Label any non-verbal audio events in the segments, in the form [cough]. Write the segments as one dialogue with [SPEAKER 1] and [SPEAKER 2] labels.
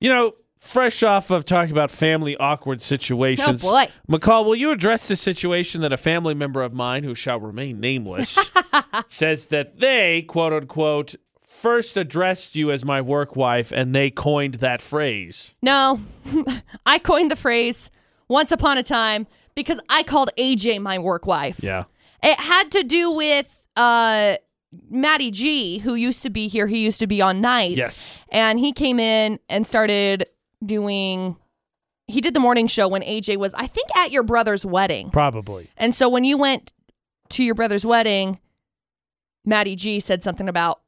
[SPEAKER 1] You know, fresh off of talking about family awkward situations.
[SPEAKER 2] Oh, boy.
[SPEAKER 1] McCall, will you address the situation that a family member of mine who shall remain
[SPEAKER 2] [laughs]
[SPEAKER 1] nameless says that they, quote unquote, first addressed you as my work wife and they coined that phrase?
[SPEAKER 2] No, [laughs] I coined the phrase once upon a time because I called AJ my work wife.
[SPEAKER 1] Yeah.
[SPEAKER 2] It had to do with uh, Matty G, who used to be here. He used to be on nights.
[SPEAKER 1] Yes.
[SPEAKER 2] And he came in and started doing, he did the morning show when AJ was, I think, at your brother's wedding.
[SPEAKER 1] Probably.
[SPEAKER 2] And so when you went to your brother's wedding, Maddie G said something about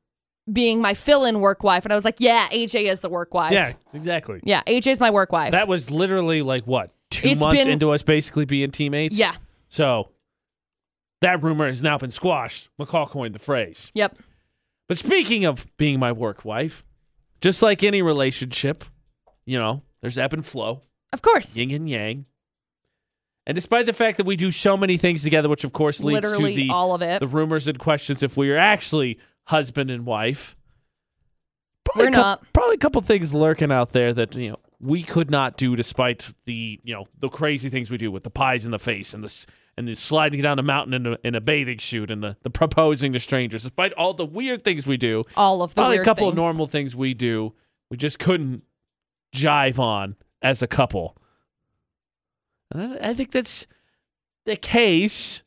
[SPEAKER 2] being my fill in work wife. And I was like, yeah, AJ is the work wife.
[SPEAKER 1] Yeah, exactly.
[SPEAKER 2] Yeah, AJ's my work wife.
[SPEAKER 1] That was literally like what, two
[SPEAKER 2] It's
[SPEAKER 1] months
[SPEAKER 2] been-
[SPEAKER 1] into us basically being teammates?
[SPEAKER 2] yeah.
[SPEAKER 1] So that rumor has now been squashed. McCall coined the phrase.
[SPEAKER 2] Yep.
[SPEAKER 1] But speaking of being my work wife, just like any relationship, you know, there's ebb and flow,
[SPEAKER 2] Of course.
[SPEAKER 1] yin and yang. And despite the fact that we do so many things together, which of course leads
[SPEAKER 2] Literally
[SPEAKER 1] to the,
[SPEAKER 2] all of it.
[SPEAKER 1] the rumors and questions if we are actually husband and wife, probably
[SPEAKER 2] We're
[SPEAKER 1] a cou-
[SPEAKER 2] not.
[SPEAKER 1] probably a couple things lurking out there that you know we could not do, despite the you know the crazy things we do with the pies in the face and the s- and the sliding down a mountain in a, in a bathing suit and the, the proposing to strangers, despite all the weird things we do
[SPEAKER 2] all of the
[SPEAKER 1] probably a
[SPEAKER 2] weird
[SPEAKER 1] couple
[SPEAKER 2] things.
[SPEAKER 1] of normal things we do we just couldn't jive on as a couple and I, I think that's the case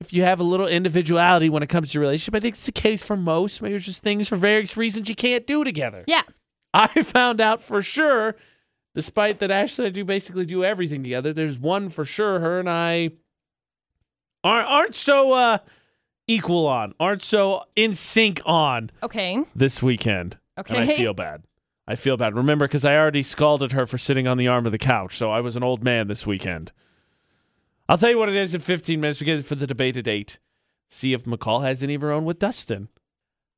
[SPEAKER 1] if you have a little individuality when it comes to your relationship i think it's the case for most maybe it's just things for various reasons you can't do together
[SPEAKER 2] Yeah.
[SPEAKER 1] i found out for sure despite that ashley and i do basically do everything together there's one for sure her and i aren't, aren't so uh equal on aren't so in sync on
[SPEAKER 2] Okay.
[SPEAKER 1] this weekend.
[SPEAKER 2] Okay.
[SPEAKER 1] And I feel bad. I feel bad. Remember, because I already scalded her for sitting on the arm of the couch, so I was an old man this weekend. I'll tell you what it is in 15 minutes. We get it for the debate at 8. See if McCall has any of her own with Dustin.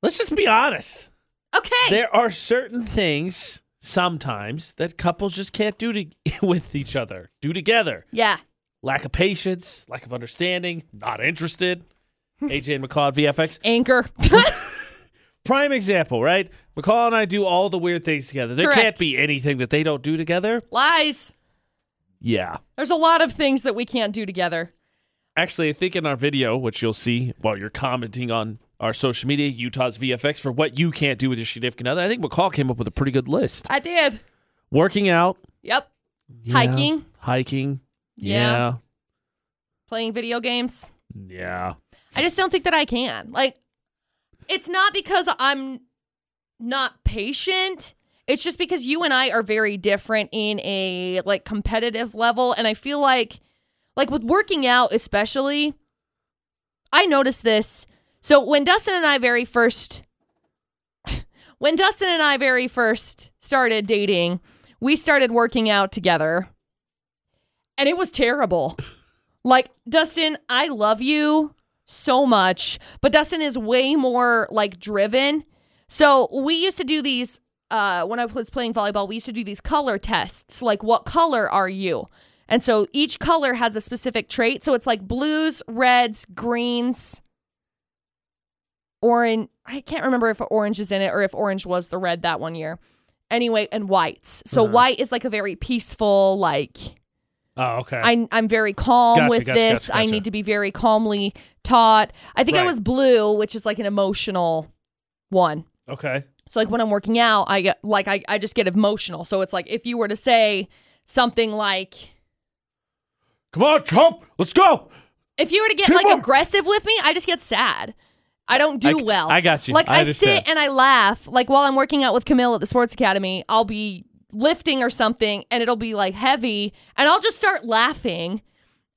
[SPEAKER 1] Let's just be honest.
[SPEAKER 2] Okay.
[SPEAKER 1] There are certain things sometimes that couples just can't do to- [laughs] with each other, do together
[SPEAKER 2] yeah.
[SPEAKER 1] lack of patience, lack of understanding, not interested. AJ and McCall at VFX. [laughs]
[SPEAKER 2] Anchor.
[SPEAKER 1] Prime example, right? McCall and I do all the weird things together. There
[SPEAKER 2] Correct.
[SPEAKER 1] can't be anything that they don't do together.
[SPEAKER 2] Lies.
[SPEAKER 1] Yeah.
[SPEAKER 2] There's a lot of things that we can't do together.
[SPEAKER 1] Actually, I think in our video, which you'll see while you're commenting on our social media, Utah's VFX, for what you can't do with your significant other, I think McCall came up with a pretty good list.
[SPEAKER 2] I did.
[SPEAKER 1] Working out,
[SPEAKER 2] Yep.
[SPEAKER 1] yeah.
[SPEAKER 2] Hiking.
[SPEAKER 1] hiking, yeah,
[SPEAKER 2] Yeah. Playing video games.
[SPEAKER 1] yeah.
[SPEAKER 2] I just don't think that I can. Like, it's not because I'm not patient. It's just because you and I are very different in a like competitive level. And I feel like, like with working out, especially, I noticed this. So when Dustin and I very first, [laughs] when Dustin and I very first started dating, we started working out together. And it was terrible. Like, Dustin, I love you so much, but Dustin is way more like driven. So we used to do these uh when I was playing volleyball, we used to do these color tests, like what color are you? And so each color has a specific trait. So it's like blues, reds, greens, orange. I can't remember if orange is in it or if orange was the red that one year. Anyway, and whites. So
[SPEAKER 1] Uh-huh.
[SPEAKER 2] white is like a very peaceful, like
[SPEAKER 1] Oh, okay.
[SPEAKER 2] I, I'm very calm
[SPEAKER 1] Gotcha,
[SPEAKER 2] with
[SPEAKER 1] gotcha,
[SPEAKER 2] this.
[SPEAKER 1] gotcha,
[SPEAKER 2] I
[SPEAKER 1] gotcha.
[SPEAKER 2] need to be very calmly taught. I think I
[SPEAKER 1] Right.
[SPEAKER 2] was blue, which is like an emotional one.
[SPEAKER 1] okay.
[SPEAKER 2] So like when I'm working out, I get like I, I just get emotional. So it's like if you were to say something like
[SPEAKER 1] Come on, Trump. Let's go.
[SPEAKER 2] if you were to get
[SPEAKER 1] Two
[SPEAKER 2] like
[SPEAKER 1] more.
[SPEAKER 2] aggressive with me, I just get sad. I don't do
[SPEAKER 1] I-
[SPEAKER 2] well.
[SPEAKER 1] I got you.
[SPEAKER 2] Like
[SPEAKER 1] I
[SPEAKER 2] I,
[SPEAKER 1] understand.
[SPEAKER 2] sit and I laugh. Like while I'm working out with Camille at the sports academy, I'll be lifting or something and it'll be like heavy and I'll just start laughing.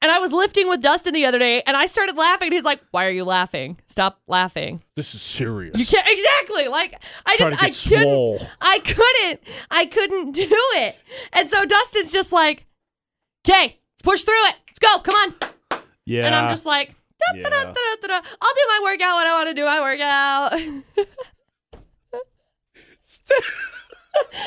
[SPEAKER 2] And I was lifting with Dustin the other day and I started laughing and he's like, "Why are you laughing? Stop laughing." [laughs]
[SPEAKER 1] This is serious.
[SPEAKER 2] You can't exactly. Like I
[SPEAKER 1] Trying
[SPEAKER 2] just I
[SPEAKER 1] to get
[SPEAKER 2] couldn't
[SPEAKER 1] swole.
[SPEAKER 2] I couldn't. I couldn't do it. And so Dustin's just like, "Okay, let's push through it. Let's go. Come on."
[SPEAKER 1] Yeah.
[SPEAKER 2] And I'm just like, da, da, da,
[SPEAKER 1] Yeah.
[SPEAKER 2] da, da, da. I'll do my workout when I want to do my workout. [laughs] and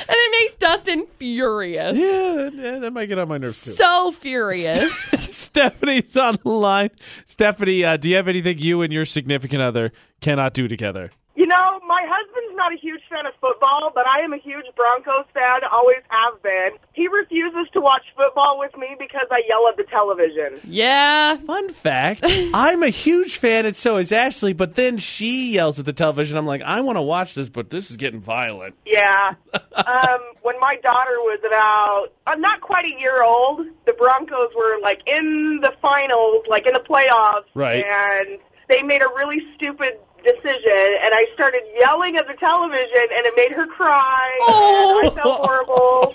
[SPEAKER 2] it makes Dustin furious.
[SPEAKER 1] yeah, that- yeah, Eh, that might get on my nerves too.
[SPEAKER 2] So furious.
[SPEAKER 1] [laughs]
[SPEAKER 2] [laughs]
[SPEAKER 1] Stephanie's on the line. Stephanie, uh, do you have anything you and your significant other cannot do together?
[SPEAKER 3] You know, my husband's not a huge fan of football, but I am a huge Broncos fan, always have been. He refuses to watch football with me because I yell at the television.
[SPEAKER 2] Yeah.
[SPEAKER 1] Fun fact [laughs] I'm a huge fan, and so is Ashley, but then she yells at the television. I'm like, I want to watch this, but this is getting violent.
[SPEAKER 3] Yeah. um, [laughs] when my daughter was about, uh, not quite a year old, the Broncos were like in the finals, like in the playoffs.
[SPEAKER 1] Right.
[SPEAKER 3] And they made a really stupid decision, and I started yelling at the television, and it made her cry. And I felt horrible.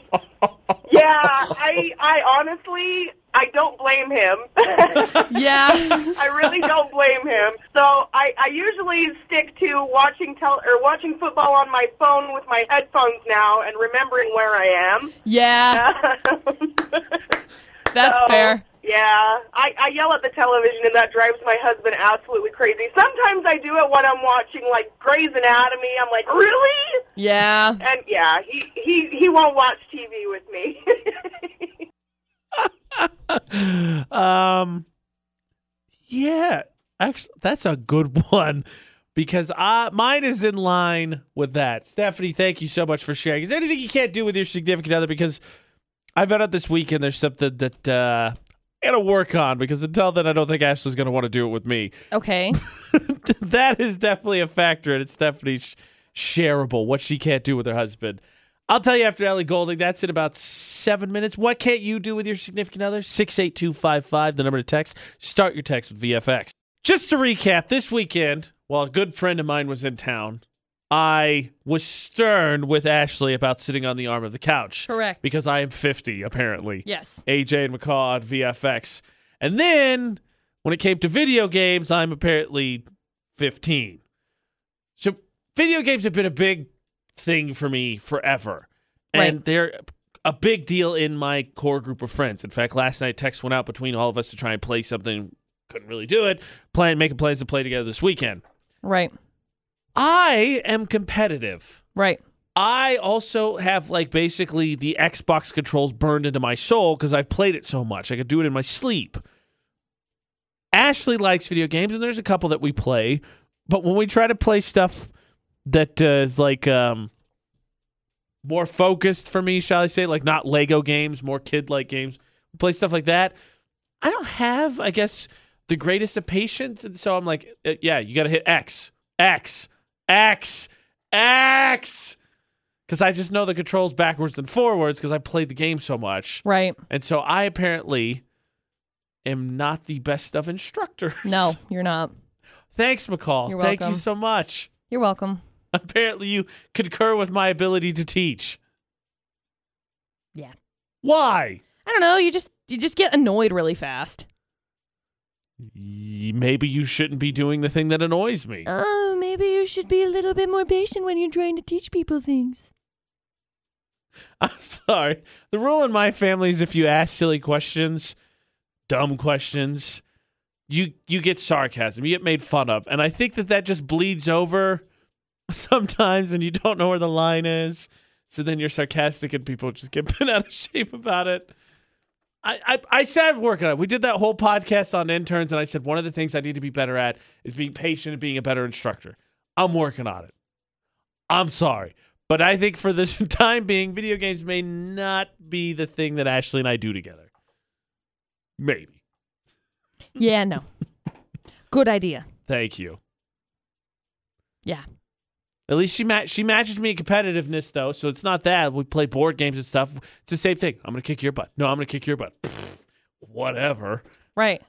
[SPEAKER 3] yeah, I, I honestly, I don't blame him. [laughs]
[SPEAKER 2] Yeah.
[SPEAKER 3] I really don't blame him. So I, I usually stick to watching tel- or watching football on my phone with my headphones now and remembering where I am. [laughs]
[SPEAKER 2] yeah. That's
[SPEAKER 3] So,
[SPEAKER 2] fair.
[SPEAKER 3] Yeah, I, I yell at the television and that drives my husband absolutely crazy. Sometimes I do it when I'm watching like Grey's Anatomy. I'm like, really?
[SPEAKER 2] Yeah.
[SPEAKER 3] And yeah, he he he won't watch TV with me. [laughs]
[SPEAKER 1] [laughs] Um, yeah, actually, that's a good [laughs] one because I mine is in line with that. Stephanie, thank you so much for sharing. Is there anything you can't do with your significant other? Because I found out this weekend there's something that uh, I gotta work on because until then I don't think Ashley's gonna want to do it with me.
[SPEAKER 2] Okay.
[SPEAKER 1] [laughs] that is definitely a factor, and it's definitely sh- shareable what she can't do with her husband. I'll tell you after Ellie Golding. That's in about seven minutes. What can't you do with your significant other? 68255, the number to text. Start your text with VFX. Just to recap, this weekend, while a good friend of mine was in town, I was stern with Ashley about sitting on the arm of the couch.
[SPEAKER 2] Correct.
[SPEAKER 1] Because I am 50, apparently.
[SPEAKER 2] Yes.
[SPEAKER 1] AJ and McCall on VFX. And then when it came to video games, I'm apparently 15. So video games have been a big thing for me forever. And
[SPEAKER 2] Right.
[SPEAKER 1] they're a big deal in my core group of friends. In fact, last night text went out between all of us to try and play something. Couldn't really do it. Plan making plans to play together this weekend.
[SPEAKER 2] Right.
[SPEAKER 1] I am competitive.
[SPEAKER 2] Right.
[SPEAKER 1] I also have like basically the Xbox controls burned into my soul because I've played it so much. I could do it in my sleep. Ashley likes video games, and there's a couple that we play, but when we try to play stuff that uh, is like um, more focused for me, shall I say, like not Lego games, more kid like games, we play stuff like that. I don't have, I guess, the greatest of patience, and so I'm like, uh, yeah, you got to hit X, X, X, X because I just know the controls backwards and forwards because I played the game so much.
[SPEAKER 2] Right.
[SPEAKER 1] And so I apparently am not the best of instructors.
[SPEAKER 2] No, you're not.
[SPEAKER 1] [laughs] Thanks, McCall.
[SPEAKER 2] You're
[SPEAKER 1] Thank you
[SPEAKER 2] welcome.
[SPEAKER 1] so much.
[SPEAKER 2] You're welcome.
[SPEAKER 1] Apparently, you concur with my ability to teach.
[SPEAKER 2] Yeah.
[SPEAKER 1] Why?
[SPEAKER 2] I don't know. You just you just get annoyed really fast.
[SPEAKER 1] Y- Maybe you shouldn't be doing the thing that annoys me.
[SPEAKER 2] Oh, maybe you should be a little bit more patient when you're trying to teach people things.
[SPEAKER 1] [laughs] I'm sorry. The rule in my family is if you ask silly questions, dumb questions, you you get sarcasm, you get made fun of, and I think that that just bleeds over [laughs] sometimes, and you don't know where the line is. So then you're sarcastic, and people just get [laughs] bent out of shape about it. I, I, I said working on it. We did that whole podcast on interns, and I said one of the things I need to be better at is being patient and being a better instructor. I'm working on it. I'm sorry. But I think for the [laughs] time being, video games may not be the thing that Ashley and I do together. Maybe.
[SPEAKER 2] Yeah, no. [laughs] Good idea.
[SPEAKER 1] Thank you.
[SPEAKER 2] Yeah.
[SPEAKER 1] At least she ma- she matches me in competitiveness though, so it's not that we play board games and stuff. It's the same thing. I'm gonna kick your butt. No, I'm gonna kick your butt. Pfft, whatever.
[SPEAKER 2] Right.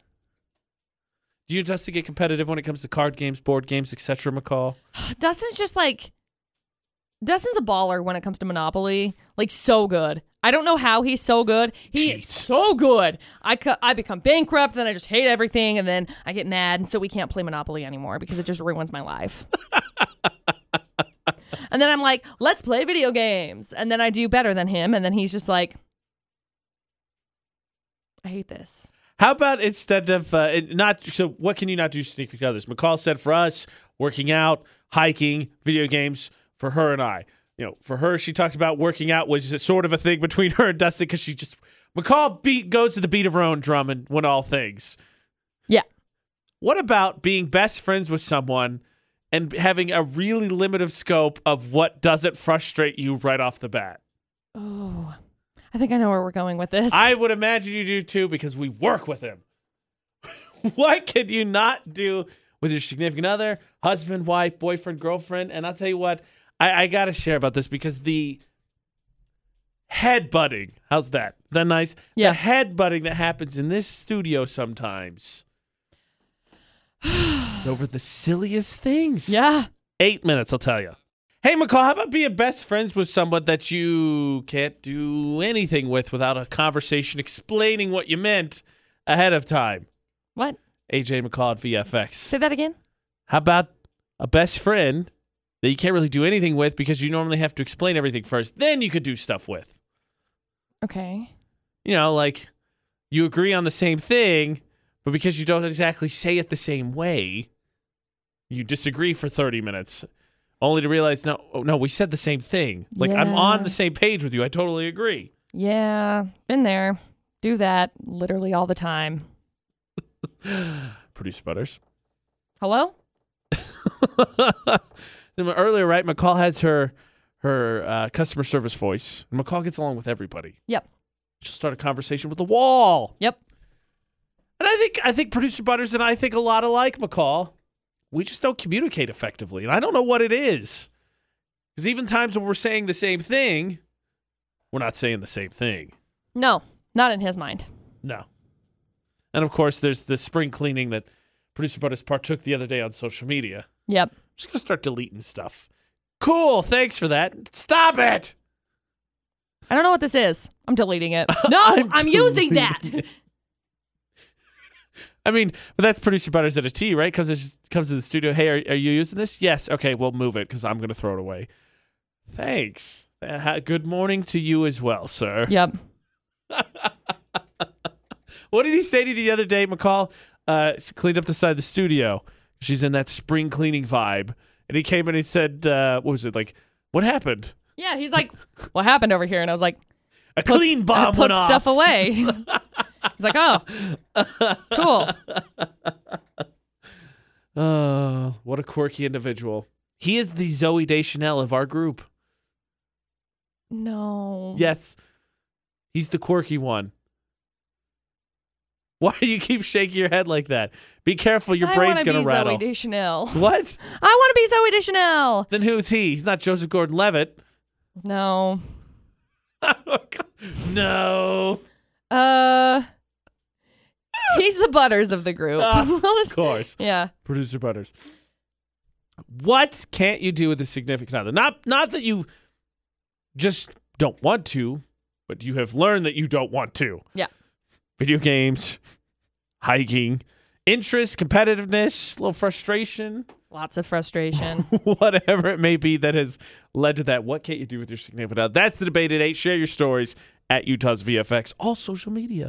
[SPEAKER 1] Do you just get competitive when it comes to card games, board games, etc. McCall?
[SPEAKER 2] Dustin's just like Dustin's a baller when it comes to Monopoly. Like so good. I don't know how he's so good. He is
[SPEAKER 1] Cheats.
[SPEAKER 2] so good. I cu- I become bankrupt, then I just hate everything, and then I get mad, and so we can't play Monopoly anymore because it just ruins my life. and then I'm like, let's play video games, and then I do better than him, and then he's just like, I hate this.
[SPEAKER 1] How about instead of uh, it- not so what can you not do sneak with others? McCall said for us, working out, hiking, video games for her and I. You know, for her, she talked about working out was sort of a thing [laughs] between her and Dustin because she just McCall beat goes to the beat of her own drum and won all things.
[SPEAKER 2] Yeah.
[SPEAKER 1] What about being best friends with someone and having a really limited scope of what doesn't frustrate you right off the bat.
[SPEAKER 2] Oh, I think I know where we're going with this.
[SPEAKER 1] I would imagine you do too because we work with him. [laughs] what could you not do with your significant other, husband, wife, boyfriend, girlfriend? And I'll tell you what, I, I got to share about this because the headbutting, how's that? Is that nice?
[SPEAKER 2] Yeah.
[SPEAKER 1] The headbutting that happens in this studio sometimes [sighs] is over the silliest things.
[SPEAKER 2] [laughs] yeah.
[SPEAKER 1] Eight minutes, I'll tell you. Hey, McCall, how about being best friends with someone that you can't do anything with without a conversation explaining what you meant ahead of time?
[SPEAKER 2] What?
[SPEAKER 1] AJ McCall at VFX.
[SPEAKER 2] Say that again.
[SPEAKER 1] How about a best friend that you can't really do anything with because you normally have to explain everything first? Then you could do stuff with.
[SPEAKER 2] Okay.
[SPEAKER 1] You know, like you agree on the same thing, but because you don't exactly say it the same way, you disagree for 30 minutes. Only to realize, no, oh, no, we said the same thing. Like I'm on
[SPEAKER 2] Yeah.
[SPEAKER 1] the same page with you. I totally agree.
[SPEAKER 2] Yeah. Been there. Do that literally all the time.
[SPEAKER 1] Producer [laughs] Butters.
[SPEAKER 2] Hello?
[SPEAKER 1] Earlier, right? McCall has her her uh, customer service voice, and McCall gets along with everybody.
[SPEAKER 2] Yep.
[SPEAKER 1] She'll start a conversation with the wall.
[SPEAKER 2] Yep.
[SPEAKER 1] And I think I think producer Butters and I think a lot alike, McCall. We just don't communicate effectively, and I don't know what it is. Because even times when we're saying the same thing, we're not saying the same thing.
[SPEAKER 2] No, not in his mind.
[SPEAKER 1] No. And of course, there's the spring cleaning that producer Butters partook the other day on social media. I'm
[SPEAKER 2] Yep.
[SPEAKER 1] just gonna start deleting stuff. Cool, thanks for that. Stop it.
[SPEAKER 2] I don't know what this is. I'm
[SPEAKER 1] [laughs]
[SPEAKER 2] deleting it. No, I'm, using that.
[SPEAKER 1] deleting I mean, but that's producer Butters at a T, right? Because it just comes to the studio. Hey, are, are you using this? Yes. Okay, we'll move it because I'm going to throw it away. Thanks. Uh, ha- good morning to you as well, sir.
[SPEAKER 2] [laughs] Yep.
[SPEAKER 1] What did he say to you the other day, McCall? Uh, s- cleaned up the side of the studio. She's in that spring cleaning vibe. And he came in and he said, uh, what was it? Like, what happened?
[SPEAKER 2] Yeah, he's like, what happened over here? And I was like,
[SPEAKER 1] A
[SPEAKER 2] "Put-
[SPEAKER 1] clean
[SPEAKER 2] I
[SPEAKER 1] bomb
[SPEAKER 2] put
[SPEAKER 1] went
[SPEAKER 2] uh, stuff
[SPEAKER 1] off. [laughs]
[SPEAKER 2] away. he's like, oh, cool.
[SPEAKER 1] Oh, what a quirky individual. He is the Zoe Deschanel of our group.
[SPEAKER 2] No.
[SPEAKER 1] Yes. He's the quirky one. [laughs] Why do you keep shaking your head like that? Be careful, your
[SPEAKER 2] I
[SPEAKER 1] brain's
[SPEAKER 2] wanna
[SPEAKER 1] gonna
[SPEAKER 2] be
[SPEAKER 1] rattle.
[SPEAKER 2] Zoe Deschanel.
[SPEAKER 1] What?
[SPEAKER 2] I want to be Zoe Deschanel.
[SPEAKER 1] Then who's he? He's not Joseph Gordon [laughs] Levitt.
[SPEAKER 2] No.
[SPEAKER 1] Oh, no.
[SPEAKER 2] Uh, he's the butters of the group. [laughs]
[SPEAKER 1] Ah, Of course.
[SPEAKER 2] yeah.
[SPEAKER 1] Producer Butters. What can't you do with a significant other? Not not that you just don't want to, but you have learned that you don't want to.
[SPEAKER 2] Yeah.
[SPEAKER 1] Video games, hiking, interest, competitiveness, a little frustration, [laughs]
[SPEAKER 2] Lots of frustration.
[SPEAKER 1] whatever it may be that has led to that. What can't you do with your significant other? That's the debate at eight. Share your stories at Utah's VFX, all social media.